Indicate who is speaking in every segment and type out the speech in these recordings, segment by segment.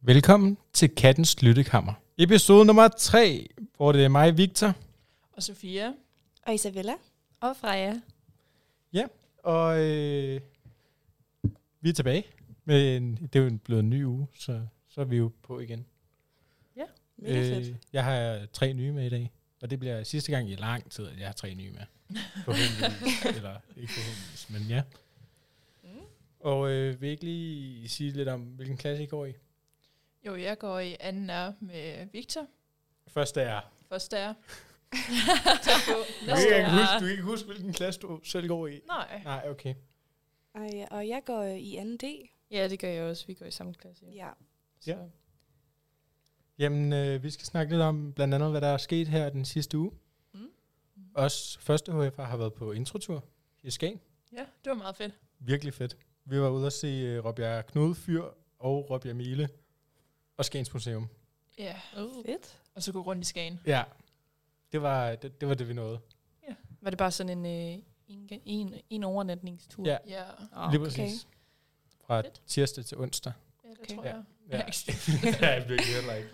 Speaker 1: Velkommen til Kattens Lyttekammer. Episode nummer 3, hvor det er mig, Victor.
Speaker 2: og Sofia.
Speaker 3: Og Isabella.
Speaker 4: Og Freja.
Speaker 1: Ja, og øh, vi er tilbage. Men det er jo en- blevet en ny uge, så, så er vi jo på igen.
Speaker 3: Mega øh. fedt.
Speaker 1: jeg har tre nye med i dag, og det bliver sidste gang i lang tid, at jeg har tre nye med. Forhåbentligvis, eller ikke forhåbentligvis, men ja.
Speaker 3: Mm.
Speaker 1: Og øh, vil I ikke lige sige lidt om, hvilken klasse I går i?
Speaker 2: Jo, jeg går i anden R med Victor.
Speaker 1: Først er
Speaker 2: Første R. Tæt på.
Speaker 1: Du
Speaker 2: Næste
Speaker 1: kan, ikke
Speaker 2: R.
Speaker 1: huske, du kan ikke huske, hvilken klasse du selv går i.
Speaker 2: Nej.
Speaker 1: Nej, okay.
Speaker 3: Og, ja, og jeg går øh, i 2D.
Speaker 4: Ja, det gør jeg også. Vi går i samme klasse. Ja.
Speaker 3: Ja.
Speaker 1: Ja.
Speaker 4: Så.
Speaker 1: Jamen, øh, vi skal snakke lidt om blandt andet, hvad der er sket her den sidste uge. Mm.
Speaker 2: Mm.
Speaker 1: Os første HF'er har været på introtur i Skagen.
Speaker 2: Ja, det var meget fedt.
Speaker 1: Virkelig fedt. Vi var ude at se uh, Robjerg Knud Fyr og Robjerg Mile og Skagens Museum.
Speaker 2: Ja.
Speaker 4: Fedt.
Speaker 2: Og så gå rundt i Skagen.
Speaker 1: Ja, det var det, det, var det vi nåede.
Speaker 4: Var det bare sådan en, øh, en, ga- en, en overnatningstur?
Speaker 1: Ja,
Speaker 2: Ja,
Speaker 4: Oh,
Speaker 1: lige præcis. Fra
Speaker 4: Fedt.
Speaker 1: tirsdag til onsdag.
Speaker 2: ja det
Speaker 4: Okay.
Speaker 2: tror jeg.
Speaker 1: Ja,
Speaker 2: ikke
Speaker 1: ja virkelig heller ikke.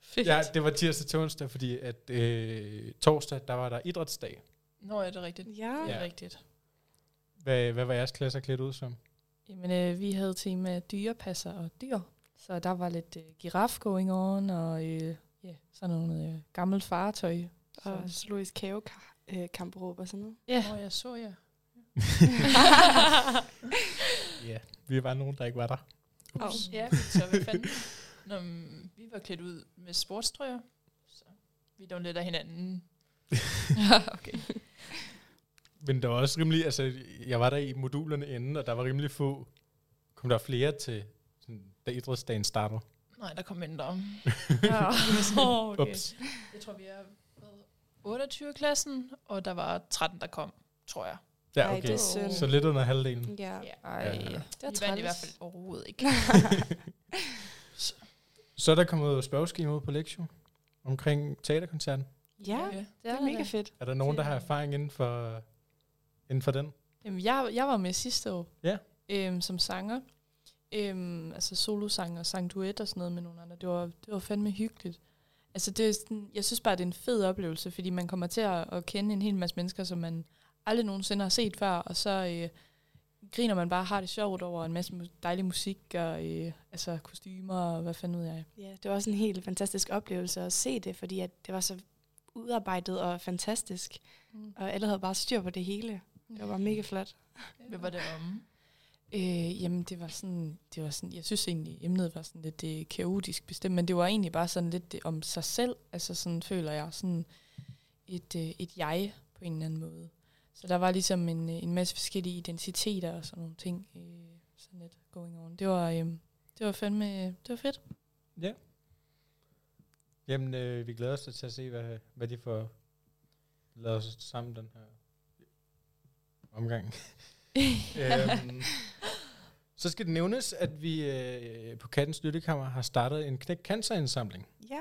Speaker 2: Fedt.
Speaker 1: Ja, det var tirsdag til onsdag, fordi at øh, torsdag, der var der idrætsdag.
Speaker 2: Nå, er det er rigtigt.
Speaker 3: Ja.
Speaker 2: Det
Speaker 1: Ja.
Speaker 2: er rigtigt.
Speaker 1: Hvad, hvad var jeres klasser klædt ud som?
Speaker 4: Jamen, øh, vi havde tema dyrepasser og dyr. Så der var lidt øh, giraf going on, og øh, ja, sådan nogle øh, gammelt fartøj.
Speaker 3: Og
Speaker 4: Så,
Speaker 3: zoologisk kævekamperåb øh, og sådan noget.
Speaker 4: ja,
Speaker 2: Nå, jeg så jer.
Speaker 1: Ja, vi var nogen, der ikke var der.
Speaker 3: Oh.
Speaker 2: Ja, så hvad fanden? Nå, men, vi var klædt ud med sportstrøjer, så vi dog lidt af hinanden. okay.
Speaker 1: Men der var også rimelig, altså jeg var der i modulerne inden, og der var rimelig få, kom der flere til, sådan, da idrætsdagen startede.
Speaker 2: Nej, der kom mindre
Speaker 4: ja. Åh, okay.
Speaker 1: Ups.
Speaker 2: Jeg tror, vi er 28-klassen, og der var 13, der kom, tror jeg.
Speaker 1: Ja,
Speaker 3: Ej, det Mm.
Speaker 1: okay.
Speaker 3: er synd.
Speaker 1: Så lidt under halvdelen.
Speaker 3: Ja.
Speaker 2: Ja.
Speaker 4: Ej,
Speaker 1: Ja.
Speaker 4: det
Speaker 2: Det
Speaker 4: er
Speaker 2: vi vandt i hvert fald
Speaker 4: træls.
Speaker 2: overhovedet ikke.
Speaker 1: Så er der kommet spørgeskema ud på lektion omkring teaterkoncerten.
Speaker 3: ja,
Speaker 2: Øh,
Speaker 4: Det
Speaker 3: det
Speaker 4: er
Speaker 3: er mega
Speaker 4: mega fedt.
Speaker 3: fedt.
Speaker 1: Er der nogen, der har erfaring inden for, inden for den?
Speaker 4: Jamen, jeg, jeg var med sidste år.
Speaker 1: Ja.
Speaker 4: Øhm, som sanger. Øhm, altså solosang og sang duet og sådan noget med nogle andre. Det var, det var fandme hyggeligt. Altså, det er sådan, jeg synes bare, det er en fed oplevelse, fordi man kommer til at, at kende en hel masse mennesker, som man aldrig nogensinde har set før, og så øh, griner man bare og har det sjovt over en masse mu- dejlig musik og øh, altså kostymer og hvad fanden ved jeg.
Speaker 3: Ja, det var også en helt fantastisk oplevelse at se det, fordi at det var så udarbejdet og fantastisk.
Speaker 4: Mm.
Speaker 3: Og alle havde bare styr på det hele. Det var bare mega flot.
Speaker 2: Hvad var det om?
Speaker 4: Øh, jamen, det var sådan, det var sådan, jeg synes egentlig, emnet var sådan lidt øh, kaotisk bestemt, men det var egentlig bare sådan lidt øh, om sig selv, altså sådan føler jeg, sådan et, øh, et jeg på en eller anden måde. Så der var ligesom en, øh, en masse forskellige identiteter og sådan nogle ting, øh, sådan lidt going on. Det var, øh, det var fandme, øh, det var fedt.
Speaker 1: Jamen, øh, vi glæder os til at se, hvad, hvad de får lavet os sammen den her omgang. øhm, så skal det nævnes, at vi øh, på Kattens Lyttekammer har startet en knæk cancerindsamling.
Speaker 3: Ja.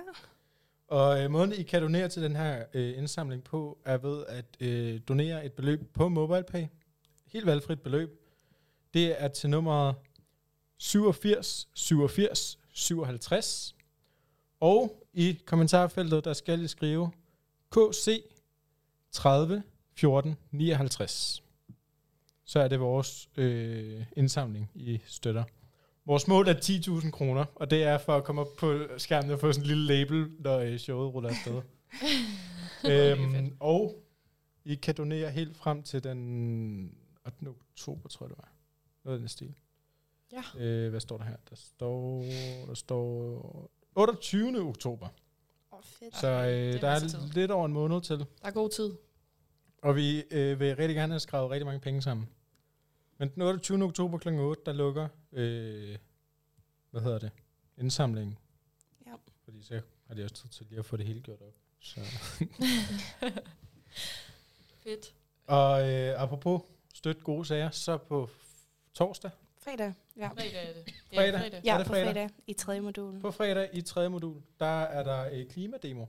Speaker 1: Og øh, måden, I kan donere til den her øh, indsamling på, er ved at øh, donere et beløb på MobilePay. Helt valgfrit beløb. Det er til nummer 87 87 57. Og i kommentarfeltet, der skal I skrive KC 30 14 59. Så er det vores øh, indsamling, I støtter. Vores mål er 10.000 kroner, og det er for at komme op på skærmen og få sådan en lille label, når øh, showet ruller afsted. øhm, og I kan donere helt frem til den 8. oktober, tror jeg det var. Noget af den stil.
Speaker 2: Ja.
Speaker 1: Øh, hvad står der her? Der står, der står 28. oktober.
Speaker 3: Åh, oh, fedt.
Speaker 1: Så
Speaker 2: det er
Speaker 1: øh, der
Speaker 2: masser af
Speaker 1: er
Speaker 2: tid.
Speaker 1: lidt over en måned til.
Speaker 4: Der er god tid.
Speaker 1: Og vi øh, vil rigtig gerne have skrevet rigtig mange penge sammen. Men den 28. oktober kl. 8, der lukker, øh, hvad hedder det, indsamlingen.
Speaker 3: Ja.
Speaker 1: Fordi så har de også tid til lige at få det hele gjort op. Så.
Speaker 2: Fedt.
Speaker 1: Og øh, apropos støtte gode sager, så på f- torsdag,
Speaker 3: Fredag. Ja.
Speaker 2: Fredag er det.
Speaker 1: Fredag.
Speaker 2: fredag.
Speaker 1: Er
Speaker 3: Ja,
Speaker 1: det
Speaker 3: på
Speaker 1: fredag?
Speaker 3: fredag i tredje modul.
Speaker 1: på fredag i tredje modul, der er der et klimademo,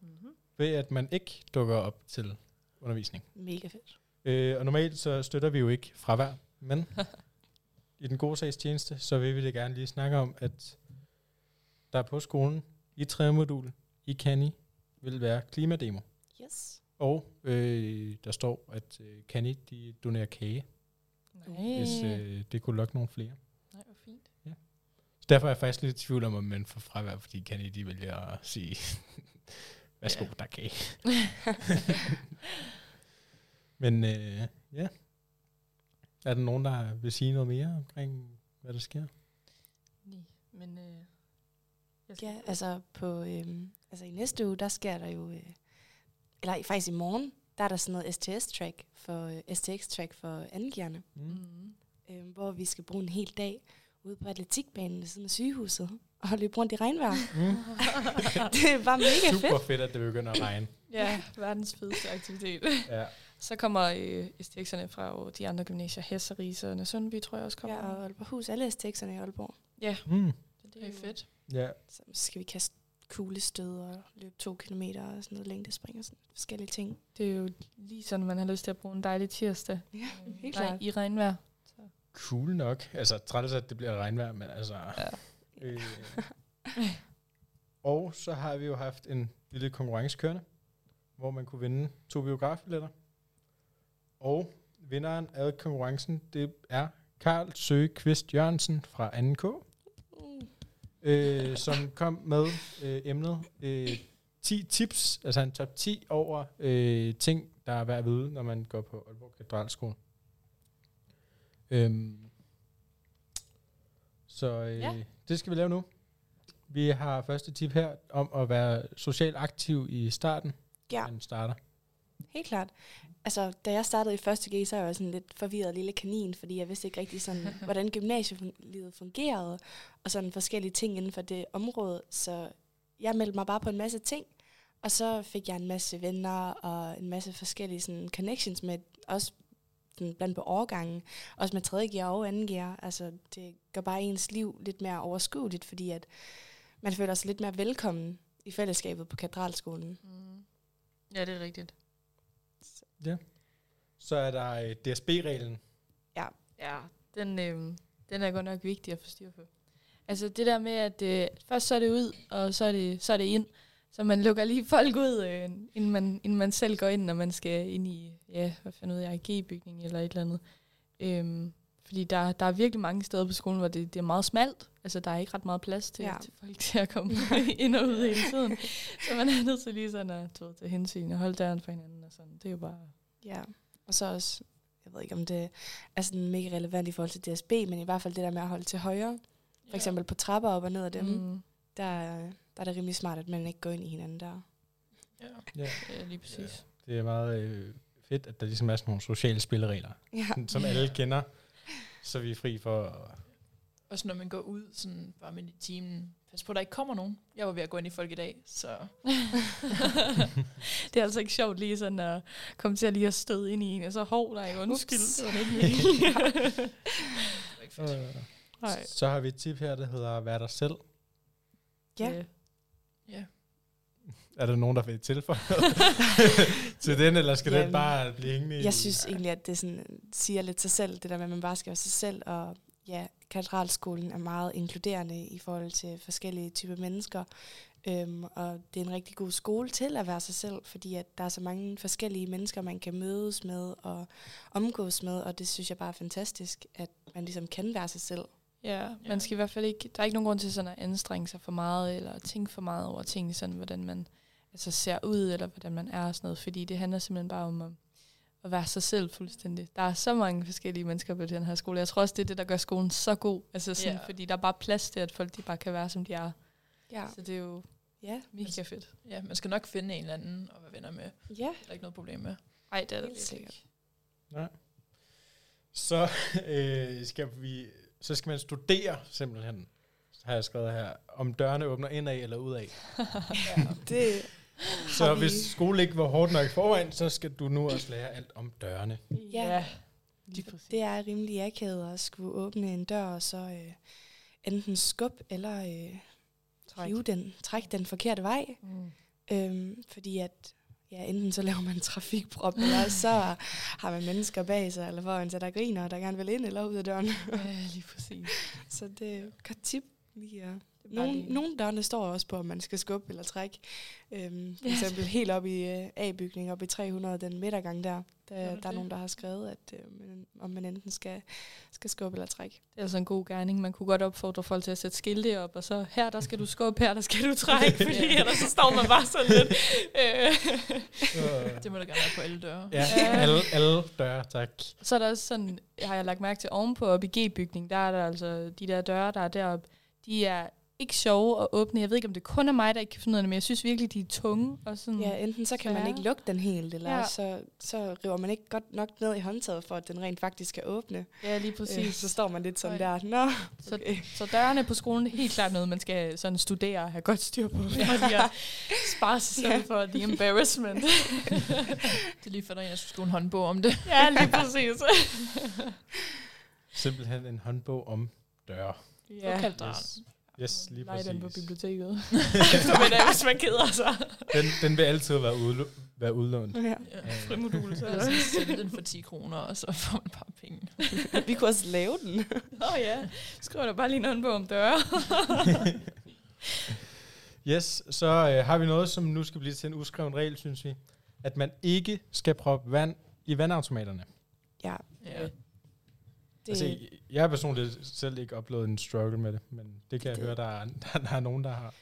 Speaker 2: Mm-hmm.
Speaker 1: ved at man ikke dukker op til undervisning.
Speaker 3: Mega fedt.
Speaker 1: Øh, og normalt så støtter vi jo ikke fravær, men i den gode sags tjeneste, så vil vi det gerne lige snakke om, at der på skolen i tredje modul i Cani vil være klimademo.
Speaker 3: Yes.
Speaker 1: Og øh, der står, at øh, Cani de donerer kage,
Speaker 4: Nej.
Speaker 1: hvis øh, det kunne lokke nogle flere.
Speaker 2: Nej, hvor fint.
Speaker 1: Så derfor er jeg faktisk lidt i tvivl om, om man får fravær, fordi Cani de vælger at sige, værsgo,
Speaker 2: Ja.
Speaker 1: der er kage. Men øh, ja, er der nogen, der vil sige noget mere omkring, hvad der sker?
Speaker 4: Nej, men... Øh, jeg skal-
Speaker 3: Ja, altså, på, øhm, altså i næste uge, der sker der jo, øh, eller i- faktisk i morgen, der er der sådan noget STS-track for, øh, STX-track for angierne,
Speaker 1: Mm.
Speaker 4: Mm.
Speaker 3: øh, hvor vi skal bruge en hel dag ude på atletikbanen ved siden af sygehuset og løbe rundt i regnvejr.
Speaker 1: Mm.
Speaker 3: det er bare mega fedt.
Speaker 1: Super fedt, at det begynder at regne.
Speaker 4: Ja, verdens fedeste aktivitet.
Speaker 1: Ja.
Speaker 4: Så kommer øh, STX'erne fra jo de andre gymnasier, Hesse, Riese og Sønderby, tror jeg også kommer.
Speaker 3: Ja, og Aalborghus, alle STX'erne i Aalborg.
Speaker 1: Mm.
Speaker 4: Så
Speaker 2: Det er fedt.
Speaker 1: ja.
Speaker 3: Så skal vi kaste kuglestød og løbe to kilometer og sådan noget længdespring og sådan forskellige ting.
Speaker 4: Det er jo lige sådan, man har lyst til at bruge en dejlig tirsdag.
Speaker 3: Ja, helt
Speaker 4: Nej,
Speaker 3: klart.
Speaker 4: i regnvejr.
Speaker 1: Cool nok. Altså, træt at det bliver regnvejr, men altså...
Speaker 4: Ja.
Speaker 1: Øh. Og så har vi jo haft en lille konkurrence kørende, hvor man kunne vinde to biografbilletter. Og vinderen af konkurrencen, det er Karl Søge Kvist Jørgensen fra 2K.
Speaker 3: Mm.
Speaker 1: øh, som kom med øh, emnet øh, 10 tips, altså en top 10 over øh, ting, der er værd at vide, når man går på Aalborg Katedralskole. Øhm, så øh, ja.
Speaker 2: Ja.
Speaker 1: det skal vi lave nu. Vi har første tip her om at være socialt aktiv i starten,
Speaker 3: Ja.
Speaker 1: man starter.
Speaker 3: Helt klart. Altså, da jeg startede i første G, så var jeg jo sådan lidt forvirret lille kanin, fordi jeg vidste ikke rigtig sådan, hvordan gymnasielivet fungerede, og sådan forskellige ting inden for det område. Så jeg meldte mig bare på en masse ting, og så fik jeg en masse venner og en masse forskellige sådan, connections med, også sådan, blandt på årgangen, også med 3. gear og 2. gear. Altså, det gør bare ens liv lidt mere overskueligt, fordi at man føler sig lidt mere velkommen i fællesskabet på katedralskolen.
Speaker 4: Mm. Ja, det er rigtigt.
Speaker 1: Så er der øh, DSB-reglen.
Speaker 4: Ja, den, øh, den er godt nok vigtig at få styr på. Altså det der med, at øh, først så er det ud, og så er det, så er det ind. Så man lukker lige folk ud, øh, inden, man, inden man selv går ind, når man skal ind i, ja, hvad fanden ved jeg, G-bygning eller et eller andet. Øhm, fordi der, der er virkelig mange steder på skolen, hvor det, det er meget smalt. Altså der er ikke ret meget plads til, ja.
Speaker 3: Ja.
Speaker 4: til folk til at komme ind og ud hele tiden. Så man er nødt til lige sådan at du ved, tage hensyn og holde døren for hinanden og sådan. Det er jo bare...
Speaker 3: Ja, og så også, jeg ved ikke om det er sådan mega relevant i forhold til DSB, men i hvert fald det der med at holde til højre, for eksempel på trapper op og ned ad dem, mm.
Speaker 4: Mm,
Speaker 3: der, er- der er det rimelig smart, at man ikke går ind i hinanden der.
Speaker 2: Ja,
Speaker 1: Ja.
Speaker 2: ja lige præcis.
Speaker 1: Det er meget øh, fedt, at der ligesom er sådan nogle sociale spilleregler,
Speaker 3: Ja,
Speaker 1: som alle kender, så vi er fri for at
Speaker 2: Også når man går ud, sådan bare midt i timen. Pas på, der ikke kommer nogen. Jeg var ved at gå ind i folk i dag, så...
Speaker 4: Det er altså ikke sjovt lige sådan at komme til at lige at støde ind i en, og så hov, der er ikke undskyld.
Speaker 3: Ups.
Speaker 4: Det var det ikke meningen.
Speaker 1: Øh,
Speaker 4: Nej.
Speaker 1: Så har vi et tip her, der hedder Vær dig selv.
Speaker 3: ja.
Speaker 2: Ja.
Speaker 1: Er der nogen, der vil tilføje til den, eller skal Jamen, den
Speaker 3: Jamen,
Speaker 1: bare blive hængende? i-
Speaker 3: Jeg synes egentlig, at det sådan, øh, siger lidt sig selv, det der med, at man bare skal være sig selv, og ja, katedralskolen er meget inkluderende i forhold til forskellige typer mennesker, øhm, og det er en rigtig god skole til at være sig selv, fordi at der er så mange forskellige mennesker, man kan mødes med og omgås med, og det synes jeg bare er fantastisk, at man ligesom kan være sig selv.
Speaker 4: ja, man skal i hvert fald ikke, der er ikke nogen grund til sådan at anstrenge sig for meget, eller tænke for meget over ting, sådan hvordan man altså, ser ud, eller hvordan man er og sådan noget, fordi det handler simpelthen bare om at, at være sig selv fuldstændig. Der er så mange forskellige mennesker på den her skole. Jeg tror også, det er det, der gør skolen så god, altså sådan,
Speaker 2: Ja.
Speaker 4: fordi der er bare plads til, at folk de bare kan være, som de er.
Speaker 3: Ja,
Speaker 4: Så det er jo
Speaker 3: ja,
Speaker 4: mega fedt.
Speaker 2: ja, man skal nok finde en eller anden og være venner med.
Speaker 3: ja.
Speaker 2: Der er ikke noget problem med.
Speaker 4: Ej, det er
Speaker 3: Helt
Speaker 4: det virkelig
Speaker 3: sikkert.
Speaker 4: ikke.
Speaker 1: Så, øh, skal vi, så skal man studere simpelthen, har jeg skrevet her, om dørene åbner indad eller udad.
Speaker 3: Det
Speaker 1: Så
Speaker 3: vi-
Speaker 1: hvis skole ikke var hårdt nok i forvejen, så skal du nu også lære alt om dørene.
Speaker 3: Ja.
Speaker 4: ja. Lige præcis.
Speaker 3: Det er rimelig akavet at skulle åbne en dør, og så øh, enten skubbe eller øh, hive den, trække den forkerte vej.
Speaker 4: Mm.
Speaker 3: Øhm, fordi at, ja, enten så laver man en trafikprop, eller også så har man mennesker bag sig, eller foran sig, der griner, og der gerne vil ind eller ud af døren.
Speaker 4: Ja, lige præcis.
Speaker 3: Så det er et godt tip lige at...
Speaker 4: Det er bare
Speaker 3: Nogle,
Speaker 4: lige-
Speaker 3: nogle dørene står også på, om man skal skubbe eller trække. Øhm, for
Speaker 4: Ja.
Speaker 3: eksempel helt op i øh, A-bygningen, op i 300, den midtergang der,
Speaker 4: Gør
Speaker 3: der,
Speaker 4: det
Speaker 3: der er
Speaker 4: det?
Speaker 3: nogen, der har skrevet, at øh, man, om man enten skal, skal skubbe eller trække.
Speaker 4: Det er altså en god gerning. Man kunne godt opfordre folk til at sætte skilte op, og så her, der skal du skubbe, her, der skal du trække, fordi
Speaker 2: Ja.
Speaker 4: ellers så står man bare sådan lidt. Øh.
Speaker 1: Øh,
Speaker 2: Det må da gerne være på alle døre.
Speaker 1: ja, alle, alle døre, tak.
Speaker 4: Så er der også sådan, har jeg lagt mærke til ovenpå, op i G-bygningen, der er der altså de der døre, der er deroppe, de er ikke sjove at åbne. Jeg ved ikke, om det kun er mig, der ikke kan finde ud af det, men jeg synes virkelig, de er tunge. Og sådan,
Speaker 3: Ja, enten så kan man
Speaker 4: Svære.
Speaker 3: ikke lukke den helt, eller
Speaker 4: Ja.
Speaker 3: ja. så, så river man ikke godt nok ned i håndtaget, for at den rent faktisk skal åbne.
Speaker 4: ja lige
Speaker 3: Præcis. Øh,
Speaker 4: præcis.
Speaker 3: så står man lidt sådan
Speaker 2: Ej.
Speaker 3: der, nå,
Speaker 4: Så-
Speaker 3: okay.
Speaker 4: Så dørene på skolen er helt klart noget, man skal sådan studere og have godt styr på, for lige at spare sig selv
Speaker 3: Ja.
Speaker 4: for the embarrassment.
Speaker 2: Det er lige for dig, jeg skulle skrive en håndbog om det.
Speaker 4: ja, lige præcis.
Speaker 1: Simpelthen en håndbog om døre.
Speaker 4: ja.
Speaker 2: Lokalt dør.
Speaker 1: Yes. Yes, lige
Speaker 4: Nej, den på
Speaker 1: præcis.
Speaker 4: biblioteket. Eftermiddag, hvis man keder sig.
Speaker 1: Den, den vil altid være, udlo- være udlånt.
Speaker 3: Ja.
Speaker 2: Ja.
Speaker 1: Øh,
Speaker 4: Frimodul, så.
Speaker 2: Eller så sælge den for 10 kroner, og så får man bare penge.
Speaker 3: Vi kunne også lave den.
Speaker 4: Åh oh, ja, skriver der bare lige en håndbog om døre.
Speaker 1: Yes, så øh, har vi noget, som nu skal blive til en uskreven regel, synes vi. At man ikke skal proppe vand i vandautomaterne.
Speaker 3: Ja,
Speaker 2: Ja.
Speaker 3: det,
Speaker 1: Altså, jeg har personligt selv ikke oplevet en struggle med det, men det kan jeg
Speaker 3: Det-
Speaker 1: høre, der er, der, der er nogen, der har.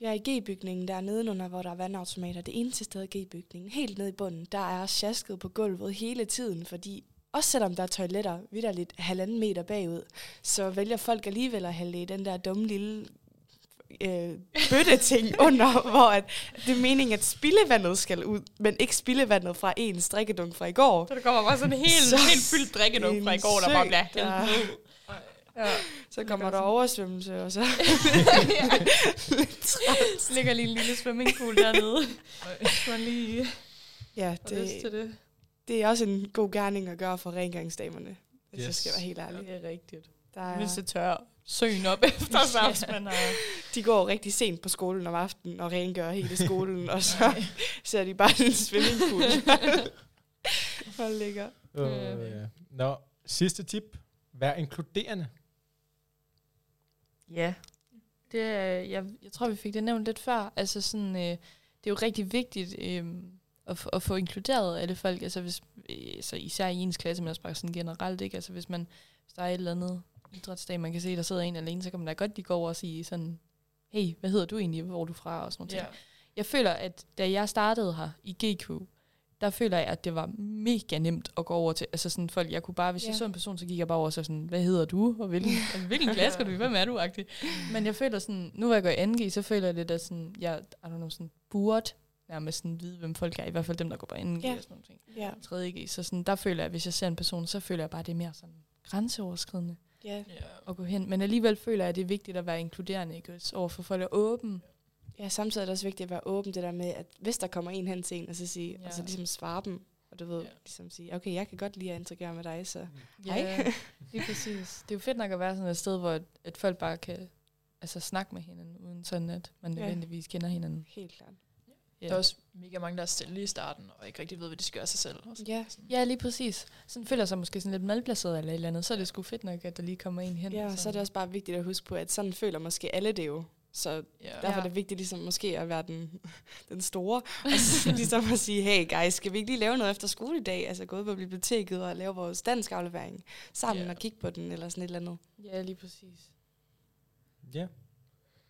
Speaker 3: Ja, i G-bygningen, der er nedenunder, hvor der er vandautomater, det eneste sted i G-bygningen, helt nede i bunden, der er sjasket på gulvet hele tiden, fordi også selvom der er toiletter vidderligt halvanden meter bagud, så vælger folk alligevel at hælde i den der dumme lille øh, bøtteting under, hvor at det er meningen, at spildevandet skal ud, men ikke spildevandet fra en strikkedunk fra i går.
Speaker 4: Så der kommer bare sådan en helt,
Speaker 3: Så
Speaker 4: helt fyldt drikkedunk fra i går, der bare bliver
Speaker 3: sindssygt,
Speaker 4: hældt ned. Ja.
Speaker 3: Så kommer der oversvømmelse, og så
Speaker 4: Så ligger lige en lille swimmingpool dernede. Så man lige
Speaker 3: ja,
Speaker 4: har lyst
Speaker 3: det,
Speaker 4: til det.
Speaker 3: det er også en god gerning at gøre for rengøringsdamerne, hvis yes. jeg
Speaker 1: Yes.
Speaker 3: skal være helt ærlig.
Speaker 4: er rigtigt.
Speaker 3: Der
Speaker 4: Hvis
Speaker 3: er,
Speaker 4: det tør søen op efter sig, hvis man har...
Speaker 3: de går rigtig sent på skolen om aftenen og rengør hele skolen, og så ser de bare en swimmingpool. Hvor ligger.
Speaker 1: Øh,
Speaker 4: Øh.
Speaker 1: ja. Nå, sidste tip. Vær inkluderende.
Speaker 4: Ja. Det, er- jeg, jeg tror, vi fik det nævnt lidt før. Altså sådan, øh, det er jo rigtig vigtigt øh, at, f- at få inkluderet alle folk. Altså hvis, øh, så især i ens klasse, men også bare sådan generelt. Ikke? Altså hvis, man, hvis der er et eller andet idrætsdag, man kan se, der sidder en alene, så kan man da godt lige gå over og sige sådan, hey, hvad hedder du egentlig, hvor er du fra, og sådan noget.
Speaker 2: ja.
Speaker 4: Jeg føler, at da jeg startede her i GQ, der føler jeg, at det var mega nemt at gå over til. Altså sådan folk, jeg kunne bare, hvis jeg
Speaker 3: Ja.
Speaker 4: så en person, så gik jeg bare over og så sådan, hvad hedder du, og hvilken, altså, hvilken klasse er du i, hvem er du, agtig. Men jeg føler sådan, nu hvor jeg går i NG, så føler jeg lidt, at sådan, jeg, I don't know, sådan, burde nærmest sådan vide, hvem folk er, i hvert fald dem, der går på NG
Speaker 3: Ja.
Speaker 4: og sådan nogle ting.
Speaker 3: Ja,
Speaker 4: 3.G, så sådan, der føler jeg, at hvis jeg ser en person, så føler jeg bare, at det er mere sådan grænseoverskridende
Speaker 3: ja.
Speaker 2: ja.
Speaker 4: at gå hen. Men alligevel føler jeg, at det er vigtigt at være inkluderende, ikke? også, Over for folk at åben.
Speaker 3: ja samtidig er det også vigtigt at være åben det der med, at hvis der kommer en hen til en, og så, sige,
Speaker 4: Ja.
Speaker 3: og så ligesom svare dem, og du ved,
Speaker 2: Ja.
Speaker 3: ligesom sige, okay, jeg kan godt lide at interagere med dig, så
Speaker 4: Ja,
Speaker 3: Hej.
Speaker 4: lige præcis. Det er jo fedt nok at være sådan et sted, hvor at, at folk bare kan altså, snakke med hinanden, uden sådan at man
Speaker 3: Ja.
Speaker 4: nødvendigvis kender hinanden.
Speaker 3: helt klart.
Speaker 4: Ja,
Speaker 2: Der er også mega mange, der er stille i starten, og ikke rigtig ved, hvad de skal gøre sig selv. Og så-
Speaker 3: Ja,
Speaker 4: ja lige præcis. Sådan føler sig måske sådan lidt malplaceret eller et eller andet, så er det sgu fedt nok, at der lige kommer en hen.
Speaker 3: ja og så er det også bare vigtigt at huske på, at sådan føler måske alle det jo. Så
Speaker 2: Ja.
Speaker 3: Derfor er det vigtigt ligesom måske at være den, den store, og så ligesom at sige, hey guys, skal vi ikke lige lave noget efter skole i dag? Altså gå ud på biblioteket og lave vores dansk aflevering sammen
Speaker 2: Ja.
Speaker 3: yeah. og kigge på den, eller sådan et eller andet.
Speaker 4: Ja, lige præcis.
Speaker 1: Ja.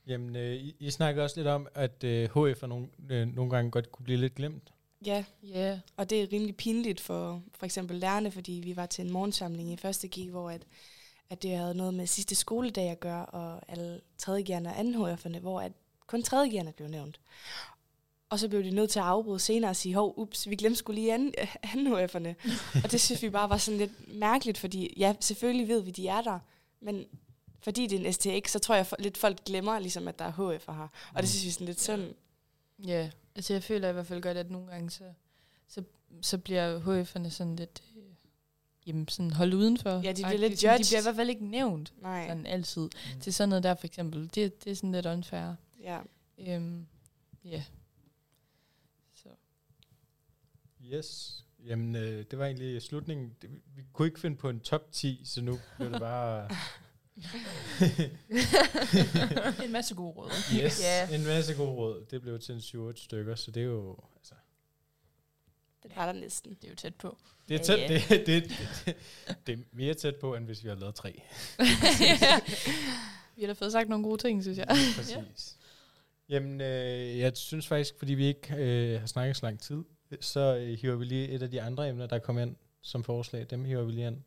Speaker 1: Jamen, øh, I, I snakkede også lidt om, at øh, HF er nogle, øh, nogle gange godt kunne blive lidt glemt.
Speaker 3: Ja,
Speaker 4: Ja,
Speaker 3: og det er rimelig pinligt for for eksempel lærerne, fordi vi var til en morgensamling i 1. G, hvor at, at det havde noget med sidste skoledag at gøre, og alle 3. G'erne og 2. HF'erne, hvor at kun 3. G'erne blev nævnt. Og så blev de nødt til at afbryde senere og sige, hov, ups, vi glemte skulle lige anden, anden HF'erne. og det synes vi bare var sådan lidt mærkeligt, fordi ja, selvfølgelig ved vi, de er der, men fordi det er en STX, så tror jeg for, lidt folk glemmer, ligesom, at der er HF'er her. Og
Speaker 1: Mm.
Speaker 3: det synes vi er sådan lidt synd.
Speaker 4: ja. Altså jeg føler i hvert fald godt, at nogle gange så, så, så bliver HF'erne sådan lidt... øh, jamen, sådan holdt udenfor.
Speaker 3: Ja, de bliver
Speaker 4: Agtigt.
Speaker 3: lidt
Speaker 4: Sådan, De
Speaker 3: judged.
Speaker 4: bliver i hvert fald ikke nævnt
Speaker 3: Nej.
Speaker 4: sådan altid.
Speaker 1: Mm.
Speaker 4: Til sådan noget der for eksempel, det, det er sådan lidt unfair.
Speaker 3: Ja.
Speaker 4: Øhm, ja. Så.
Speaker 1: Yes. Jamen, øh, det var egentlig slutningen. Det- Vi vi kunne ikke finde på en top 10, så nu blev det bare
Speaker 2: en masse gode råd.
Speaker 1: yes,
Speaker 2: Ja.
Speaker 1: en masse gode råd. Det blev til en 7-8 stykker, så det er jo... Altså,
Speaker 3: Det var der næsten.
Speaker 2: Det er jo tæt på.
Speaker 1: det, er
Speaker 2: Ja,
Speaker 1: tæt,
Speaker 2: ja.
Speaker 1: det, det, det, det er mere tæt på, end hvis vi har lavet tre.
Speaker 4: ja. Vi har da fået sagt nogle gode ting, synes jeg.
Speaker 1: Lige Præcis. Jamen, øh, jeg synes faktisk, fordi vi ikke øh, har snakket så lang tid, så øh, hiver vi lige et af de andre emner, der kom ind som forslag. Dem hiver vi lige ind.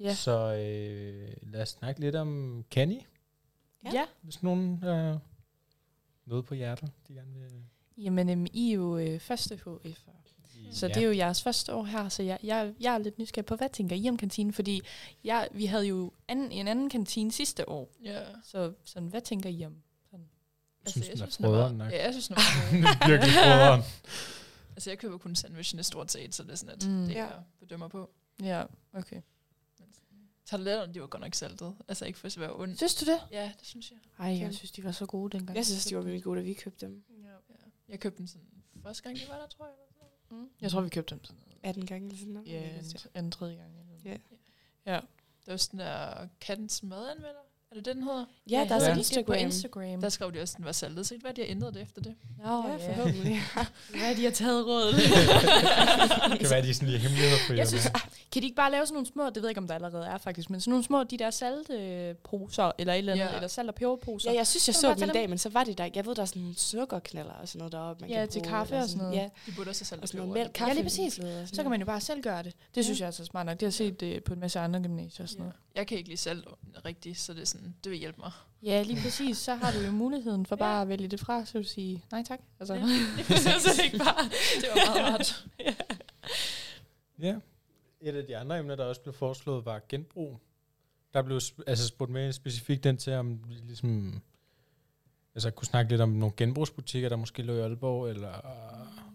Speaker 4: Ja.
Speaker 1: Så øh, lad os snakke lidt om Kenny.
Speaker 3: Ja.
Speaker 4: ja.
Speaker 1: Hvis nogen har noget på hjertet, de gerne vil...
Speaker 4: Jamen, øhm, I er jo øh, første HF'er. Så ja. det er jo jeres første år her, så jeg, jeg, jeg er lidt nysgerrig på, hvad tænker I om kantinen? Fordi jeg, vi havde jo anden, en anden kantine sidste år,
Speaker 2: Ja.
Speaker 4: så sådan, hvad tænker I om?
Speaker 1: synes, den er
Speaker 2: er meget-
Speaker 1: frøderen nok.
Speaker 2: Ja, Altså, jeg synes, den er meget god.
Speaker 1: virkelig foderen.
Speaker 2: Altså, jeg køber kun sandwichene stort set, så det er sådan, at
Speaker 4: Mm.
Speaker 2: mm. det
Speaker 3: Ja.
Speaker 2: er, jeg bedømmer på.
Speaker 4: Ja, okay.
Speaker 2: Tarteletterne, de var godt nok saltet. Altså, ikke for at være ondt.
Speaker 4: Synes du det?
Speaker 2: Ja, det synes jeg.
Speaker 4: Ej,
Speaker 3: Kæmpe.
Speaker 4: jeg synes, de var så gode dengang.
Speaker 3: Jeg synes, de var virkelig gode, da vi købte dem.
Speaker 2: Ja. Jeg købte dem sådan første gang, de var der, tror jeg. eller sådan noget.
Speaker 4: Mm. Jeg tror, vi købte dem sådan noget.
Speaker 3: 18 gange eller sådan noget.
Speaker 4: Ja,
Speaker 3: Jeg
Speaker 4: en,
Speaker 3: vidste det.
Speaker 4: en tredje gang. Eller
Speaker 3: Ja.
Speaker 2: Det var sådan der kattens madanmelder. Er det det, den hedder?
Speaker 3: ja, der er
Speaker 1: Ja.
Speaker 3: sådan
Speaker 4: sådan
Speaker 3: et Instagram.
Speaker 4: på Instagram.
Speaker 2: Der skrev de også, at den var saltet. Så det kan være, de har ændret det efter det.
Speaker 4: Nå,
Speaker 3: Ja, forhåbentlig.
Speaker 4: Hvad de har taget rådet?
Speaker 1: det kan være, de er sådan lige hemmeligheder på
Speaker 4: Jeg synes, ah, kan de ikke bare lave sådan nogle små, det ved jeg ikke, om der allerede er faktisk, men sådan nogle små, de der saltposer, eller et eller andet,
Speaker 2: Ja.
Speaker 4: eller salt- og peberposer.
Speaker 3: Ja, jeg synes, jeg
Speaker 4: Så
Speaker 3: så
Speaker 4: kan man bare
Speaker 3: dem en
Speaker 4: tage
Speaker 3: dag, men så var det der ikke. Jeg ved, der er sådan nogle sukkerknaller og sådan noget deroppe, man
Speaker 4: Ja,
Speaker 3: kan
Speaker 4: til
Speaker 3: bruge,
Speaker 4: kaffe
Speaker 3: eller
Speaker 4: og sådan noget.
Speaker 3: Ja,
Speaker 2: De burde også have saltet
Speaker 4: Altså
Speaker 3: og sådan noget
Speaker 2: peber.
Speaker 3: mælk, kaffe.
Speaker 4: lige præcis. Så kan man jo bare selv gøre det. Det synes
Speaker 3: Ja.
Speaker 4: jeg altså er så smart nok. Det har jeg set øh, på en masse andre gymnasier og sådan noget.
Speaker 2: Jeg kan ikke lige salt rigtigt, så det, er sådan, det vil hjælpe mig.
Speaker 4: Ja, lige præcis. Så har du jo muligheden for bare at vælge det fra, så vil du sige, nej tak. Altså.
Speaker 2: Ja.
Speaker 4: så er det ikke bare...
Speaker 2: Det var meget rart.
Speaker 1: Ja. Et af de andre emner, der også blev foreslået, var genbrug. Der blev sp- altså spurgt mere specifikt den til, om vi ligesom... Altså kunne snakke lidt om nogle genbrugsbutikker, der måske lå i Aalborg, eller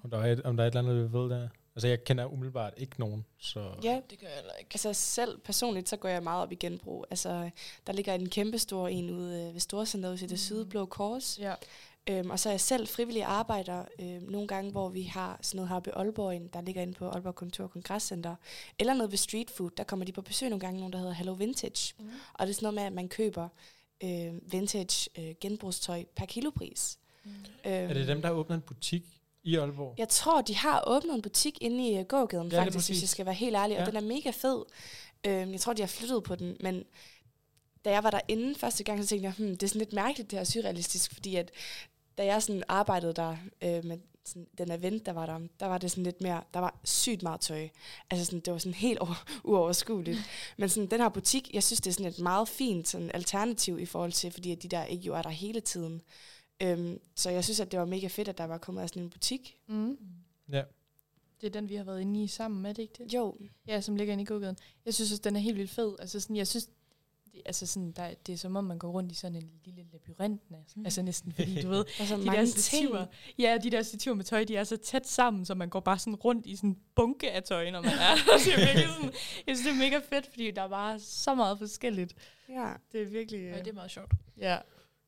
Speaker 1: om der er et, om der er et eller andet, vi ved der. Altså jeg kender umiddelbart ikke nogen, så...
Speaker 3: Ja,
Speaker 2: Det gør jeg heller ikke.
Speaker 3: altså selv personligt, så går jeg meget op i genbrug. Altså, der ligger en kæmpe stor en ude øh, ved Storcenteret i
Speaker 2: Mm.
Speaker 3: det sydblå kors.
Speaker 4: Ja.
Speaker 3: Øhm, og så er jeg selv frivillig arbejder øhm, nogle gange, hvor vi har sådan noget heroppe i Aalborg, en, der ligger inde på Aalborg Kontor og Kongresscenter, eller noget ved Street Food. Der kommer de på besøg nogle gange, nogen der hedder Hello Vintage.
Speaker 4: Mm.
Speaker 3: Mm. Og det er sådan noget med, at man køber øh, vintage øh, genbrugstøj per kilopris.
Speaker 4: Mm.
Speaker 3: Mm.
Speaker 1: Er det dem, der åbner en butik i Aalborg?
Speaker 3: Jeg tror, de har åbnet en butik inde i øh, gågaden,
Speaker 1: Ja, lige
Speaker 3: ja, faktisk,
Speaker 1: præcis.
Speaker 3: hvis jeg skal være helt ærlig. Ja.
Speaker 1: Ja.
Speaker 3: Og den er mega fed. Øhm, jeg tror, de har flyttet på den, men da jeg var derinde første gang, så tænkte jeg, hmm, det er sådan lidt mærkeligt, det her surrealistisk, fordi at da jeg sådan arbejdede der øh, med sådan, den event, der var der, der var det sådan lidt mere, der var sygt meget tøj. Altså sådan, det var sådan helt over, uoverskueligt. Men sådan, den her butik, jeg synes, det er sådan et meget fint sådan, alternativ i forhold til, fordi at de der ikke jo er der hele tiden. Øhm, så jeg synes, at det var mega fedt, at der var kommet sådan en butik.
Speaker 4: Mm.
Speaker 1: Ja.
Speaker 4: Det er den, vi har været inde i sammen, er det ikke det?
Speaker 3: Jo,
Speaker 4: Ja, som ligger inde i gågaden. Jeg synes også, den er helt vildt fed. Altså, sådan, jeg synes, det, altså sådan, der, det er som om, man går rundt i sådan en lille labyrint. næsten. Altså næsten, fordi du ved,
Speaker 3: Der er så
Speaker 4: de
Speaker 3: Mm. altså mange
Speaker 4: der
Speaker 3: ting.
Speaker 4: stativer, ja, de der stativer med tøj, de er så tæt sammen, så man går bare sådan rundt i sådan en bunke af tøj, når man er. så jeg, virkelig sådan, jeg synes, det er mega fedt, fordi der er bare så meget forskelligt.
Speaker 3: Ja.
Speaker 4: Det er virkelig...
Speaker 2: Ja.
Speaker 4: Øh,
Speaker 2: det er meget sjovt.
Speaker 4: ja.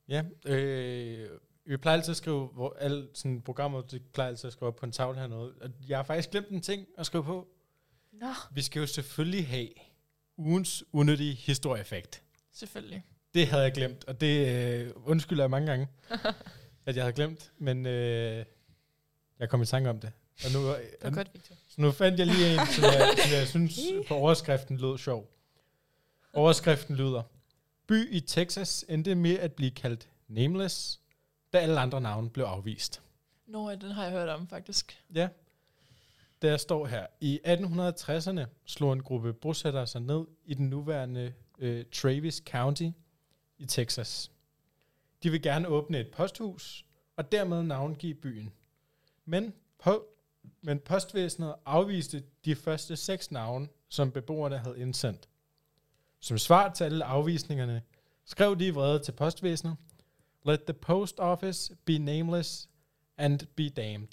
Speaker 1: Ja, øh, vi plejer altid at skrive, hvor alle sådan, programmer, det plejer altid at skrive op på en tavle hernede. Og jeg har faktisk glemt en ting at skrive på.
Speaker 2: Nå,
Speaker 1: Vi skal jo selvfølgelig have ugens unødige historieeffekt.
Speaker 2: selvfølgelig.
Speaker 1: Det havde jeg glemt, og det øh, undskylder jeg mange gange, at jeg havde glemt. Men øh, jeg kom i tanke om det. Og nu,
Speaker 4: Det var godt, Victor.
Speaker 1: så nu fandt jeg lige en, som jeg, som jeg synes på overskriften lød sjov. Overskriften lyder, by i Texas endte med at blive kaldt nameless, da alle andre navne blev afvist.
Speaker 2: Nå, ja, den har jeg hørt om, faktisk.
Speaker 1: Ja. Der står her, i 1860'erne slog en gruppe bosættere sig ned i den nuværende øh, Travis County i Texas. De vil gerne åbne et posthus og dermed navngive byen. Men, på, men postvæsenet afviste de første seks navne, som beboerne havde indsendt. Som svar til alle afvisningerne skrev de vrede til postvæsenet, Let the post office be nameless and be damned.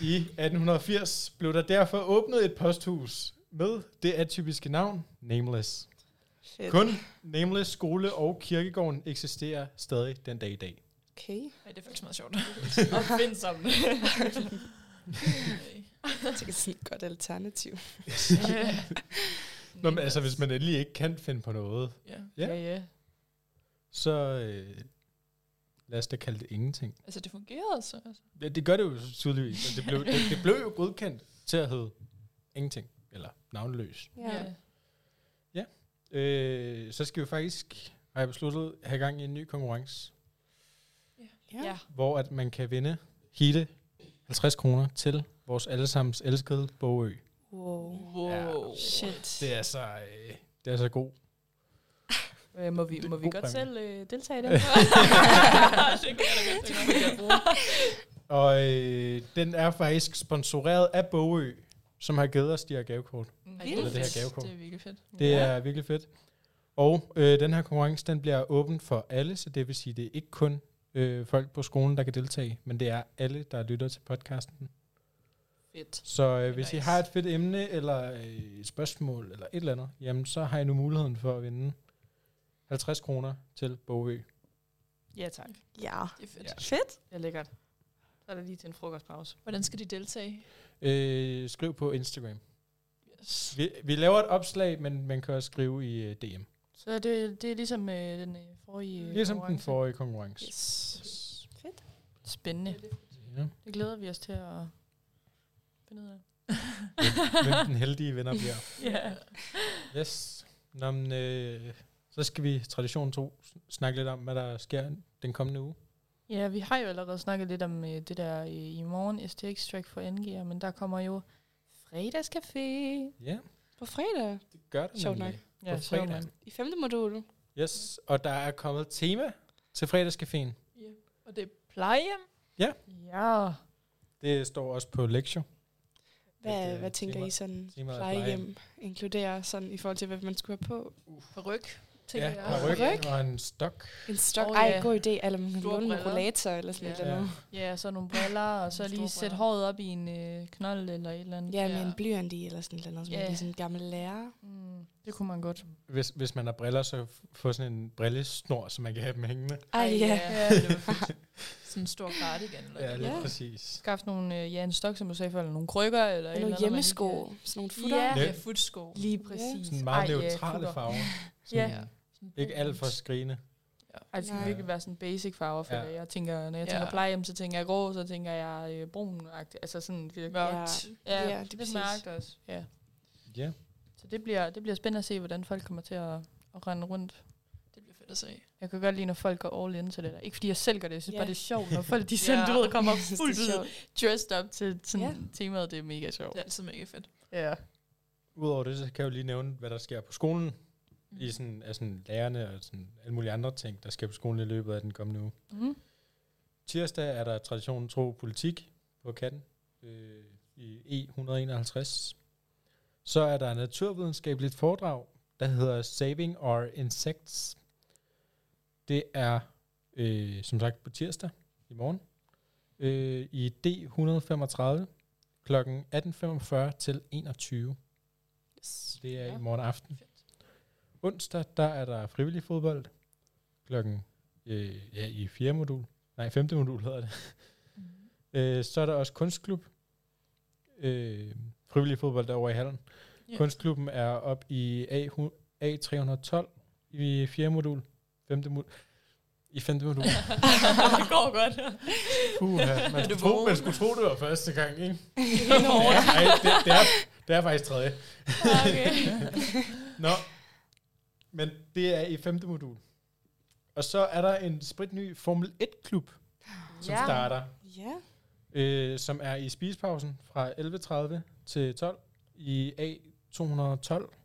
Speaker 1: I 1880 blev der derfor åbnet et posthus med det atypiske navn Nameless.
Speaker 3: Fedt.
Speaker 1: Kun Nameless skole og kirkegården eksisterer stadig den dag i dag.
Speaker 3: Okay.
Speaker 2: Ej, det er faktisk meget sjovt. Opfindsomt. Okay.
Speaker 3: Det er sådan et godt alternativ.
Speaker 1: Nå, men altså, hvis man endelig ikke kan finde på noget,
Speaker 2: Ja.
Speaker 1: Ja.
Speaker 4: Ja, ja.
Speaker 1: så øh, lad os da kalde det ingenting.
Speaker 2: Altså, det fungerede så. Altså.
Speaker 1: Ja, det gør det jo tydeligvis. men Det blev, det, det blev jo godkendt til at hedde ingenting, eller navnløs.
Speaker 3: Ja.
Speaker 2: Ja.
Speaker 1: Øh, så skal vi faktisk, har jeg besluttet, have gang i en ny konkurrence,
Speaker 3: Ja.
Speaker 4: Ja.
Speaker 1: hvor at man kan vinde hele 50 kroner til vores allesammens elskede Bogø.
Speaker 3: Wow.
Speaker 2: Wow.
Speaker 4: Shit.
Speaker 1: Det er så, øh, det er så god.
Speaker 4: Øh, må vi,
Speaker 1: Det er
Speaker 4: må vi
Speaker 1: god
Speaker 4: godt
Speaker 1: præmie.
Speaker 4: selv øh, deltage i det?
Speaker 2: det kan jeg da godt tænke mig.
Speaker 1: Og øh, den er faktisk sponsoreret af Bogø, som har givet os de her gavekort.
Speaker 2: Ej,
Speaker 4: Vildt.
Speaker 1: Eller det her
Speaker 2: fedt.
Speaker 1: gavekort.
Speaker 2: Det er virkelig fedt.
Speaker 1: Det ja. er virkelig fedt. Og øh, den her konkurrence, den bliver åben for alle, så det vil sige, det er ikke kun øh, folk på skolen, der kan deltage, men det er alle, der lytter til podcasten.
Speaker 4: Fedt.
Speaker 1: Så øh, hvis I
Speaker 2: Nice.
Speaker 1: har et fedt emne, eller øh, et spørgsmål, eller et eller andet, jamen så har I nu muligheden for at vinde 50 kroner til Bogø.
Speaker 4: Ja, tak.
Speaker 3: Ja.
Speaker 2: Det er fedt.
Speaker 1: Ja.
Speaker 3: Fedt.
Speaker 4: Det er lækkert. Så er der lige til en frokostpause.
Speaker 2: Hvordan skal de deltage?
Speaker 1: Øh, skriv på Instagram.
Speaker 2: Yes.
Speaker 1: Vi, vi laver et opslag, men man kan også skrive i øh, DM.
Speaker 4: Så er det, det er ligesom øh, den øh, forrige øh,
Speaker 1: Ligesom den
Speaker 4: konkurrence.
Speaker 1: forrige konkurrence.
Speaker 4: Yes.
Speaker 3: Fedt.
Speaker 4: Spændende.
Speaker 1: Ja.
Speaker 4: Det glæder vi os til at finde ud af.
Speaker 1: Hvem den heldige vinder bliver.
Speaker 4: Ja.
Speaker 1: Yes. Nå, men, øh, så skal vi tradition to snakke lidt om, hvad der sker den kommende uge.
Speaker 4: Ja, vi har jo allerede snakket lidt om øh, det der øh, i morgen, STX Track for NG'er, men der kommer jo fredagscafé.
Speaker 1: Ja,
Speaker 3: På fredag
Speaker 1: det gør det
Speaker 3: Sjovt
Speaker 1: nemlig.
Speaker 4: Ja,
Speaker 1: På
Speaker 4: sjov
Speaker 1: fredag.
Speaker 4: mand.
Speaker 3: i femte modul.
Speaker 1: Yes, og der er kommet tema til fredagscaféen.
Speaker 2: Ja. Og det er plejehjem.
Speaker 4: Ja,
Speaker 1: Det står også på lektion.
Speaker 3: Hvad,
Speaker 1: Et, øh,
Speaker 3: hvad tænker
Speaker 1: tema-
Speaker 3: I sådan
Speaker 1: tema og
Speaker 3: plejehjem inkluderer sådan i forhold til, hvad man skulle have på?
Speaker 2: På ryg, tænker
Speaker 1: Ja,
Speaker 2: jeg.
Speaker 1: par ryg og en stok.
Speaker 3: En stok.
Speaker 4: Åh,
Speaker 3: Oh, Ej,
Speaker 4: ja.
Speaker 3: god idé. Eller man kan
Speaker 2: Store
Speaker 3: låne en
Speaker 2: briller.
Speaker 3: rollator eller sådan
Speaker 2: Ja.
Speaker 3: et eller andet.
Speaker 4: ja så nogle briller, og så
Speaker 2: Store
Speaker 4: lige sætte
Speaker 2: briller.
Speaker 4: håret op i en øh, knold eller et eller andet.
Speaker 3: Ja, med
Speaker 2: Ja.
Speaker 3: en blyant i eller sådan et eller andet, som
Speaker 4: Ja.
Speaker 3: yeah. er sådan en gammel lærer.
Speaker 4: Mm, det kunne man godt.
Speaker 1: Hvis, hvis man har briller, så f- få sådan en brillesnor, så man kan have dem hængende.
Speaker 3: Ej, ja.
Speaker 2: ja. det var fedt. Sådan en stor cardigan. Eller
Speaker 1: Ja, lige
Speaker 3: Ja.
Speaker 1: præcis.
Speaker 4: Skaffe nogle, øh, ja, en stok, som du sagde før, eller nogle krykker, eller, eller
Speaker 3: Og nogle hjemmesko, sådan nogle futter.
Speaker 4: Ja.
Speaker 2: Ja,
Speaker 1: Ja.
Speaker 2: ja futsko.
Speaker 4: Lige præcis.
Speaker 1: Sådan meget
Speaker 4: Ej, ja,
Speaker 1: neutrale
Speaker 4: futter.
Speaker 1: farver.
Speaker 4: Ja.
Speaker 1: Sådan, Ikke alt for skrigende.
Speaker 4: Ej, Altså, det skal
Speaker 3: Nej.
Speaker 4: virkelig være sådan basic farver, for
Speaker 1: Ja.
Speaker 4: ja. jeg tænker, når jeg
Speaker 2: Ja.
Speaker 4: tænker plejehjem, så tænker jeg grå, så tænker jeg øh, brun, altså sådan det,
Speaker 2: Mørkt.
Speaker 3: Ja, det er
Speaker 4: det
Speaker 3: præcis.
Speaker 4: lidt mørkt også. Ja.
Speaker 1: Ja.
Speaker 4: Så det bliver, det bliver spændende at se, hvordan folk kommer til at, at rende rundt.
Speaker 2: Det bliver fedt at se.
Speaker 4: Jeg kan godt lide, når folk går all in til det der. Ikke fordi jeg selv gør det, jeg synes
Speaker 3: Ja.
Speaker 4: bare, det er sjovt, når folk de sådan,
Speaker 2: Ja.
Speaker 4: du ved, kommer
Speaker 3: Jeg synes, det er
Speaker 4: fuldt ud
Speaker 3: sjovt.
Speaker 4: dressed up til sådan
Speaker 3: Ja.
Speaker 4: temaet. Det er mega sjovt.
Speaker 2: Det er altid mega fedt.
Speaker 4: Ja.
Speaker 1: Udover det, så kan jeg jo lige nævne, hvad der sker på skolen.
Speaker 2: Mm.
Speaker 1: I sådan, af sådan lærerne og sådan alle mulige andre ting, der sker på skolen i løbet af den kommende uge.
Speaker 4: Mm.
Speaker 1: Tirsdag er der traditionen tro politik på katten øh, i E151. Så er der naturvidenskabeligt foredrag, der hedder Saving Our Insects. Det er øh, som sagt på tirsdag i morgen øh, i D135 kl. 18.45 til 21.
Speaker 2: Yes.
Speaker 1: Det er ja.
Speaker 4: Ja.
Speaker 1: i morgen aften.
Speaker 2: Fedt.
Speaker 1: Onsdag, der er der frivillig fodbold klokken øh, ja, i fjerde modul. Nej, femte modul hedder det.
Speaker 2: Mm.
Speaker 1: Øh, så er der også kunstklub. Øh, frivillig fodbold derovre i hallen.
Speaker 2: Ja.
Speaker 1: Yeah. Kunstklubben er op i A, A312 i fjerde modul. Femte modul. I femte modul.
Speaker 2: det går godt.
Speaker 1: Puh,
Speaker 2: Er
Speaker 1: man,
Speaker 2: du
Speaker 1: skulle tro,
Speaker 2: vågen?
Speaker 1: man skulle tro, det var første gang, ikke?
Speaker 2: Helt hårdt.
Speaker 1: Nej, det, det, er, det er faktisk tredje.
Speaker 2: Okay.
Speaker 1: Nå, men det er i femte modul. Og så er der en spritny Formel 1-klub, som
Speaker 4: Ja.
Speaker 1: starter.
Speaker 3: Ja.
Speaker 1: øh, som er i spisepausen fra 11.30 til 12 i A212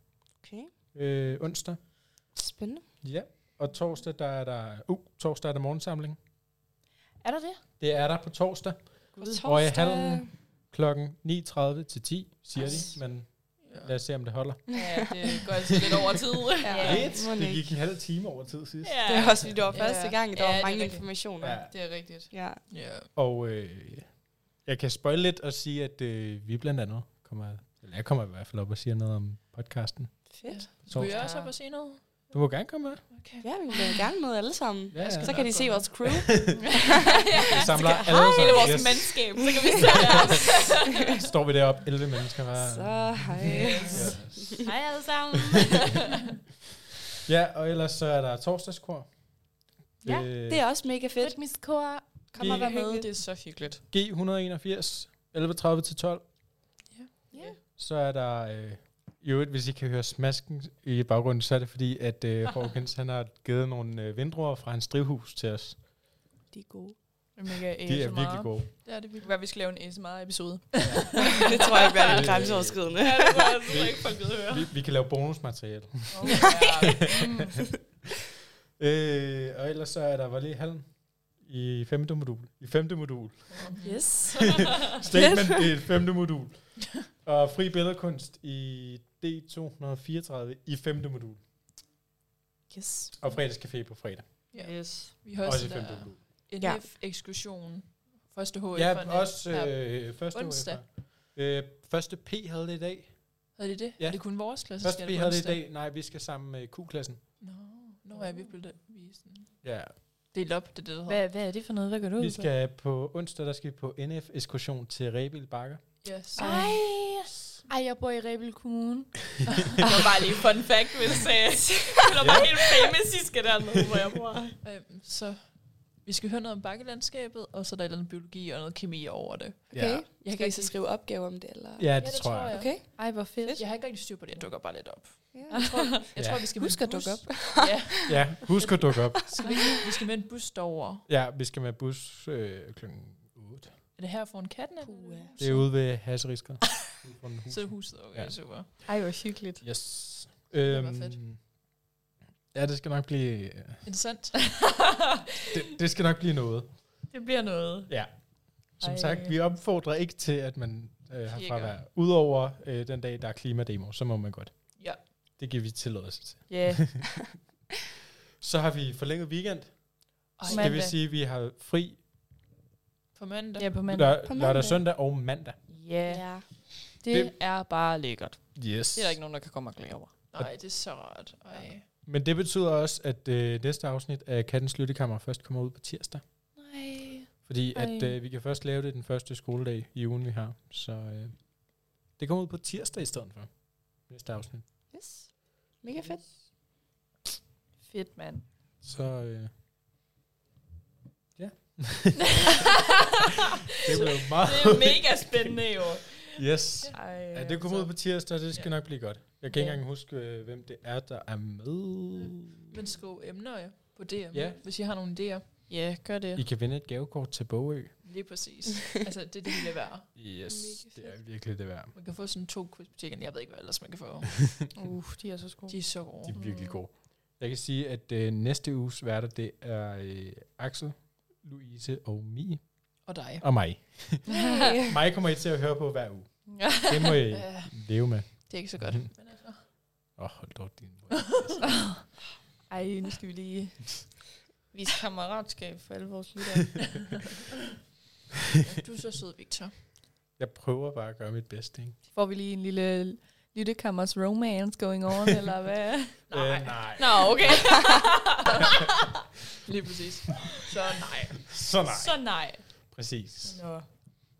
Speaker 3: Okay.
Speaker 1: øh, onsdag.
Speaker 3: Spændende.
Speaker 1: Ja. Og torsdag, der er der, uh, torsdag er der morgensamling.
Speaker 4: Er der det?
Speaker 1: Det er der på torsdag
Speaker 3: På
Speaker 4: Gud.
Speaker 1: Og i
Speaker 3: torsdag.
Speaker 1: hallen. klokken 9.30 til 10, siger de, men lad
Speaker 2: Ja.
Speaker 1: os se, om det holder.
Speaker 4: Ja, det går altså
Speaker 2: Også lidt over tid.
Speaker 4: Ja,
Speaker 3: mon
Speaker 1: det
Speaker 3: ikke.
Speaker 1: gik en halv time over tid sidst.
Speaker 2: Ja.
Speaker 3: Det er også, fordi det var
Speaker 4: Ja.
Speaker 3: første gang, der
Speaker 4: Ja,
Speaker 3: var
Speaker 4: det er
Speaker 3: mange
Speaker 4: rigtigt.
Speaker 3: informationer.
Speaker 1: Ja.
Speaker 4: Det er rigtigt.
Speaker 3: Ja.
Speaker 2: Ja.
Speaker 1: Og øh, Jeg kan spoil lidt og sige, at øh, vi blandt andet kommer, eller jeg kommer i hvert fald op og siger noget om podcasten.
Speaker 3: Fedt.
Speaker 2: Skulle
Speaker 1: Så
Speaker 2: jeg også op og sige noget?
Speaker 1: du må gerne komme med.
Speaker 2: Okay.
Speaker 3: Ja, vi vil gerne med alle sammen.
Speaker 1: Ja, ja.
Speaker 3: Så kan de se vores crew.
Speaker 1: Vi samler alle
Speaker 2: Hele vores
Speaker 1: yes.
Speaker 2: mandskab, så kan vi se det.
Speaker 1: Står vi deroppe, 11 mennesker var.
Speaker 3: Så hej.
Speaker 2: Yes.
Speaker 1: Yes.
Speaker 2: Hej alle sammen.
Speaker 1: Ja, og ellers så er der torsdagskor.
Speaker 4: Ja,
Speaker 1: øh,
Speaker 3: Det er også mega fedt.
Speaker 4: Rytmisk kor. Kom og
Speaker 1: Det-
Speaker 4: vær med. Det er så hyggeligt.
Speaker 1: G181, 11.30 til 12.
Speaker 2: Ja.
Speaker 1: Så er der, øh, i øvrigt, hvis I kan høre smasken i baggrunden, så er det fordi, at øh, Hawkins han har givet nogle øh, vindruer fra hans drivhus til os.
Speaker 3: De er gode.
Speaker 4: Det er mega
Speaker 1: De er virkelig gode.
Speaker 4: Det er det virkelig. Hvad, vi skal lave en ASMR-episode.
Speaker 3: det tror jeg ikke
Speaker 1: er
Speaker 3: er
Speaker 1: lidt
Speaker 3: lidt
Speaker 1: grænseoverskridende.
Speaker 3: grænseoverskridende.
Speaker 4: ja, det var altså ikke folk ved at høre.
Speaker 1: Vi, vi kan lave bonusmateriale.
Speaker 4: Oh, ja. mm.
Speaker 1: Øh, og ellers så er der volley i hallen i femte modul. I femte modul.
Speaker 3: Yes.
Speaker 1: Statement i et femte modul. Og fri billedkunst i D234 i femte modul.
Speaker 3: yes.
Speaker 1: Og fredagscafé på fredag.
Speaker 2: Ja.
Speaker 4: Yes.
Speaker 2: Vi har også
Speaker 1: også i femte
Speaker 2: der
Speaker 1: modul.
Speaker 3: Ja.
Speaker 2: NF-ekskursion. Første HF.
Speaker 1: Ja, også øh, første
Speaker 2: Onsdag.
Speaker 1: UFA. Øh, første P havde det i dag.
Speaker 2: Havde de det?
Speaker 1: Ja.
Speaker 2: Ja. Det kun vores klasse,
Speaker 1: Første
Speaker 2: skal
Speaker 1: P
Speaker 2: det på
Speaker 1: havde det i
Speaker 2: onsdag?
Speaker 1: dag. Nej, vi skal sammen med Q-klassen.
Speaker 2: Nå, Nå ja, vi blev det. Vi er sådan
Speaker 1: Ja.
Speaker 2: delt op, det er det, der hedder.
Speaker 4: Hvad, hvad er det for noget? Hvad gør du
Speaker 1: Vi skal på onsdag, der skal vi på NF-ekskursion til Rebild Bakker.
Speaker 2: Ja, så.
Speaker 4: Ej. Ej, jeg bor i Rebel Kommune.
Speaker 2: det var bare lige fun fact, hvis
Speaker 1: øh,
Speaker 2: uh, det var bare helt famous, I skal dernede, hvor jeg bor. Øhm, så vi skal høre noget om bakkelandskabet, og så er der et eller andet biologi og noget kemi over det.
Speaker 3: Okay.
Speaker 1: Ja,
Speaker 3: Jeg kan
Speaker 2: Skal
Speaker 3: ikke så
Speaker 2: de-
Speaker 3: skrive opgave om det, eller?
Speaker 1: ja det, tror jeg.
Speaker 3: Okay.
Speaker 4: Ej, hvor fedt.
Speaker 2: Jeg har ikke rigtig styr på det. Jeg dukker bare lidt op.
Speaker 3: Ja.
Speaker 2: Jeg tror, jeg
Speaker 1: Ja.
Speaker 2: tror vi skal med
Speaker 3: Husk
Speaker 2: en
Speaker 3: at dukke
Speaker 2: bus.
Speaker 3: op.
Speaker 2: ja,
Speaker 1: Ja, husk at dukke op.
Speaker 2: skal vi, vi skal med en bus derover.
Speaker 1: Ja, vi skal med bus øh, klokken 8.
Speaker 2: Er det her foran katten? eller
Speaker 3: Puha.
Speaker 2: er
Speaker 1: Det er ude ved Hasserisker. Ude foran
Speaker 2: huset?
Speaker 1: huset.
Speaker 2: Så er det huset, okay,
Speaker 1: Ja.
Speaker 2: super.
Speaker 4: Ej, hvor hyggeligt.
Speaker 1: Yes.
Speaker 2: Det var
Speaker 1: Øhm,
Speaker 2: fedt.
Speaker 1: Ja, det skal nok blive... øh,
Speaker 2: Interessant.
Speaker 1: Det, det skal nok blive noget.
Speaker 2: det bliver noget.
Speaker 1: Ja. Som Ej.
Speaker 4: Ej.
Speaker 1: sagt, vi opfordrer ikke til, at man øh, har
Speaker 2: Ikke
Speaker 1: fravær. Udover øh, den dag, der er klimademo, så må man godt.
Speaker 2: Ja.
Speaker 1: Det giver vi tilladelse til.
Speaker 4: Ja. Yeah.
Speaker 1: Så har vi forlænget weekend.
Speaker 2: Ej,
Speaker 1: Så det vil sige, at vi har fri
Speaker 2: På mandag.
Speaker 4: Ja, på mandag.
Speaker 1: lør-
Speaker 3: På
Speaker 1: lørdag,
Speaker 3: mandag.
Speaker 1: søndag og mandag.
Speaker 4: Ja.
Speaker 3: Ja.
Speaker 4: Det,
Speaker 1: Det-
Speaker 4: er bare lækkert.
Speaker 1: Yes.
Speaker 4: Det er der ikke nogen, der kan komme og klage over.
Speaker 2: Nej, det er så rart. Ej.
Speaker 1: Men det betyder også, at øh, næste afsnit af Kattens Lyttekammer først kommer ud på tirsdag.
Speaker 4: Nej.
Speaker 1: Fordi Ej. at
Speaker 4: Ej.
Speaker 1: øh, vi kan først lave det den første skoledag i ugen, vi har. Så øh, det kommer ud på tirsdag i stedet for næste afsnit.
Speaker 3: Yes. Mega fedt.
Speaker 4: Fedt, mand.
Speaker 1: Så øh, ja. det blev meget...
Speaker 2: Det er mega spændende jo.
Speaker 1: Yes.
Speaker 4: Ej, altså.
Speaker 1: Ja, det kommer ud på tirsdag, det skal
Speaker 2: Ja.
Speaker 1: nok blive godt. Jeg kan ikke
Speaker 4: Ja.
Speaker 1: engang huske, øh, hvem det er, der er med.
Speaker 2: Men skriv emner ja, på DM,
Speaker 1: Ja.
Speaker 2: ja. hvis I har nogle idéer.
Speaker 4: Ja, gør det.
Speaker 1: I kan vinde et gavekort til Bogø.
Speaker 2: Lige præcis. altså, det er det, det er værd.
Speaker 1: Yes,
Speaker 3: Mega
Speaker 1: det er virkelig det værd.
Speaker 2: Man kan få sådan to quizbutikker. Jeg ved ikke, hvad ellers man kan få.
Speaker 4: Uh, de er så sko.
Speaker 2: De er så gode.
Speaker 1: De er virkelig gode. Jeg kan sige, at øh, næste uges værter, det er øh, Axel, Louise og Mie.
Speaker 2: Og dig.
Speaker 1: Og mig. mig kommer I til at høre på hver uge. Det må I
Speaker 2: Ja,
Speaker 1: leve med.
Speaker 2: det er ikke så godt.
Speaker 1: Mhm.
Speaker 2: Men altså,
Speaker 1: Åh, oh, hold dog din mund.
Speaker 4: Ej, nu skal vi lige vise kammeratskab for alle vores lyttere.
Speaker 2: du er så sød, Victor.
Speaker 1: Jeg prøver bare at gøre mit bedste, ikke?
Speaker 4: Får vi lige en lille lyttekammers romance going on, eller hvad?
Speaker 2: Nej.
Speaker 1: Øh, nej.
Speaker 2: Nå, okay. Lige præcis. Så nej.
Speaker 1: Så nej.
Speaker 2: Så nej.
Speaker 1: Præcis.
Speaker 2: Nå.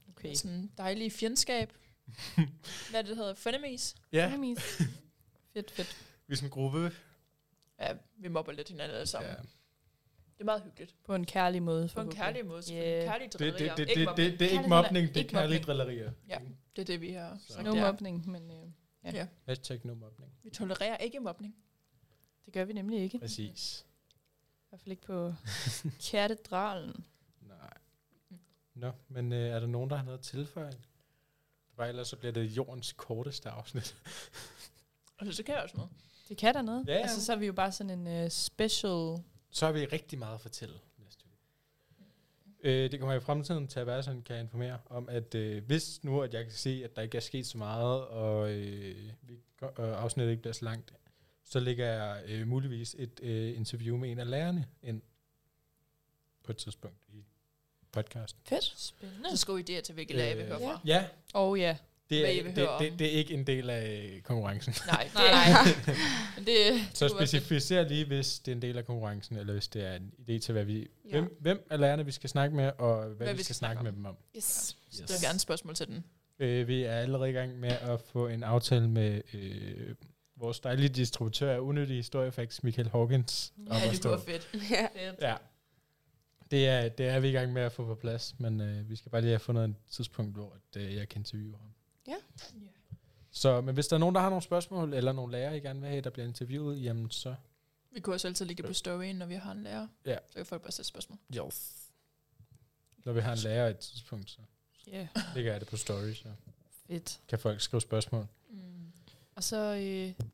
Speaker 4: Okay.
Speaker 2: Sådan dejlig fjendskab. Hvad det hedder? Frenemies?
Speaker 1: Ja,
Speaker 4: Fedt, fedt.
Speaker 1: vi er sådan en gruppe.
Speaker 2: Ja, vi mobber lidt hinanden alle sammen.
Speaker 1: Ja.
Speaker 2: Det er meget hyggeligt.
Speaker 4: På en kærlig måde.
Speaker 2: På en kærlig måde. selvfølgelig.
Speaker 4: Yeah.
Speaker 2: Kærlige
Speaker 1: Det, det,
Speaker 2: drillerier.
Speaker 1: det,
Speaker 2: Ikke
Speaker 1: det,
Speaker 2: mobning.
Speaker 1: det, det er ikke
Speaker 2: Kærlige driller-
Speaker 1: mobning, det er
Speaker 2: ikke
Speaker 1: kærlige
Speaker 2: mobning.
Speaker 1: drillerier.
Speaker 2: Ja. Det er det, vi har
Speaker 1: Så.
Speaker 2: sagt.
Speaker 4: No
Speaker 2: Ja.
Speaker 4: mobning, men øh,
Speaker 1: Hashtag no mobning.
Speaker 2: Vi tolererer ikke mobning.
Speaker 4: det gør vi nemlig ikke. I
Speaker 1: Præcis.
Speaker 4: hvert fald ikke på katedralen.
Speaker 1: Nej. Nå, men øh, er der nogen, der har noget at tilføje? Det var ellers, så bliver det jordens korteste afsnit.
Speaker 2: Altså, det kan jeg også noget.
Speaker 4: Det kan der noget.
Speaker 1: Ja, ja.
Speaker 4: Altså, så er vi jo bare sådan en uh, special...
Speaker 1: Så har vi rigtig meget at fortælle næste uge. Øh, det kommer i fremtiden til at være sådan, kan jeg informere om, at øh, hvis nu, at jeg kan se, at der ikke er sket så meget, og øh, vi, gør- øh, afsnittet ikke bliver så langt, så lægger jeg øh, muligvis et øh, interview med en af lærerne ind på et tidspunkt i podcast.
Speaker 3: Fedt.
Speaker 4: Spændende.
Speaker 2: Så skulle idéer til, hvilke lag vi
Speaker 1: Øh,
Speaker 2: hører fra.
Speaker 1: Ja,
Speaker 4: Og ja.
Speaker 1: det
Speaker 2: Hvad I
Speaker 1: er,
Speaker 2: vil
Speaker 1: det,
Speaker 2: høre om.
Speaker 1: det, det er ikke en del af konkurrencen.
Speaker 2: Nej, det
Speaker 4: Nej,
Speaker 2: er
Speaker 4: nej. Men det,
Speaker 1: Så
Speaker 4: det kunne være fedt.
Speaker 1: specificer lige, hvis det er en del af konkurrencen, eller hvis det er en idé til, hvad vi,
Speaker 3: Ja.
Speaker 1: hvem, hvem af lærerne vi skal snakke med, og hvad, vi skal snakke
Speaker 2: om.
Speaker 1: med dem om.
Speaker 3: Yes.
Speaker 2: yes. der er gerne spørgsmål til den.
Speaker 1: Øh, vi er allerede i gang med at få en aftale med øh, vores dejlige distributør af unødige historiefacts, Michael Hawkins. om
Speaker 2: Ja,
Speaker 1: at
Speaker 2: det
Speaker 1: stå.
Speaker 2: kunne være fedt.
Speaker 3: Ja.
Speaker 2: fedt.
Speaker 1: Ja. Det er, det er vi i gang med at få på plads, men øh, vi skal bare lige have fundet et tidspunkt, hvor at, øh, jeg kan interviewe ham.
Speaker 3: Ja.
Speaker 4: Ja.
Speaker 1: Så, men hvis der er nogen, der har nogle spørgsmål, eller nogle lærere, I gerne vil have, der bliver interviewet, jamen så...
Speaker 2: Vi kunne også altid lægge det på storyen, når vi har en lærer.
Speaker 1: Ja.
Speaker 2: Så kan folk bare sætte spørgsmål.
Speaker 1: Yes. Når vi har en lærer et tidspunkt, så
Speaker 4: Ja,
Speaker 1: ligger jeg det på story, så
Speaker 4: fedt.
Speaker 1: kan folk skrive spørgsmål.
Speaker 2: Mm.
Speaker 4: Og så øh, skal folk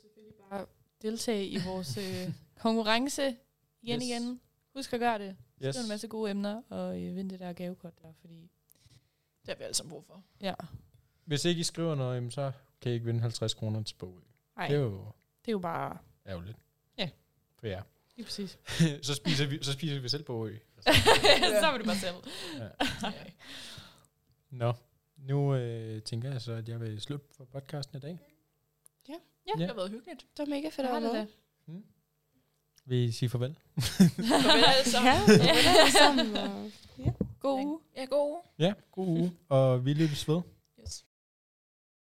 Speaker 4: selvfølgelig bare deltage i vores øh, konkurrence igen
Speaker 1: Yes.
Speaker 4: yes. igen. Husk at gøre det.
Speaker 1: Yes.
Speaker 4: Yes. Det er en masse gode emner, og øh, vind det der gavekort der, fordi...
Speaker 2: Det har vi alle sammen brug for.
Speaker 4: Ja,
Speaker 1: Hvis ikke I skriver noget, jamen, så kan I ikke vinde 50 kroner til bog.
Speaker 4: nej,
Speaker 1: Det er jo
Speaker 4: det er jo bare...
Speaker 1: ærgerligt.
Speaker 4: Ja.
Speaker 1: For jer.
Speaker 4: Lige præcis.
Speaker 1: så, spiser vi, så spiser vi selv på ø.
Speaker 4: så er det bare selv.
Speaker 2: Ja.
Speaker 1: Nå, nu øh, tænker jeg så, at jeg vil slutte for podcasten i dag.
Speaker 2: ja,
Speaker 1: Ja.
Speaker 2: det har været hyggeligt.
Speaker 3: Det var mega fedt
Speaker 4: Jeg
Speaker 3: at
Speaker 4: har
Speaker 3: være
Speaker 4: det
Speaker 3: med.
Speaker 4: da.
Speaker 1: Vil I sige farvel?
Speaker 2: Farvel alle sammen.
Speaker 3: Ja, vi er alle sammen. og-
Speaker 4: God uge.
Speaker 2: Ja, god uge.
Speaker 1: Ja, god uge, og vi lyttes ved.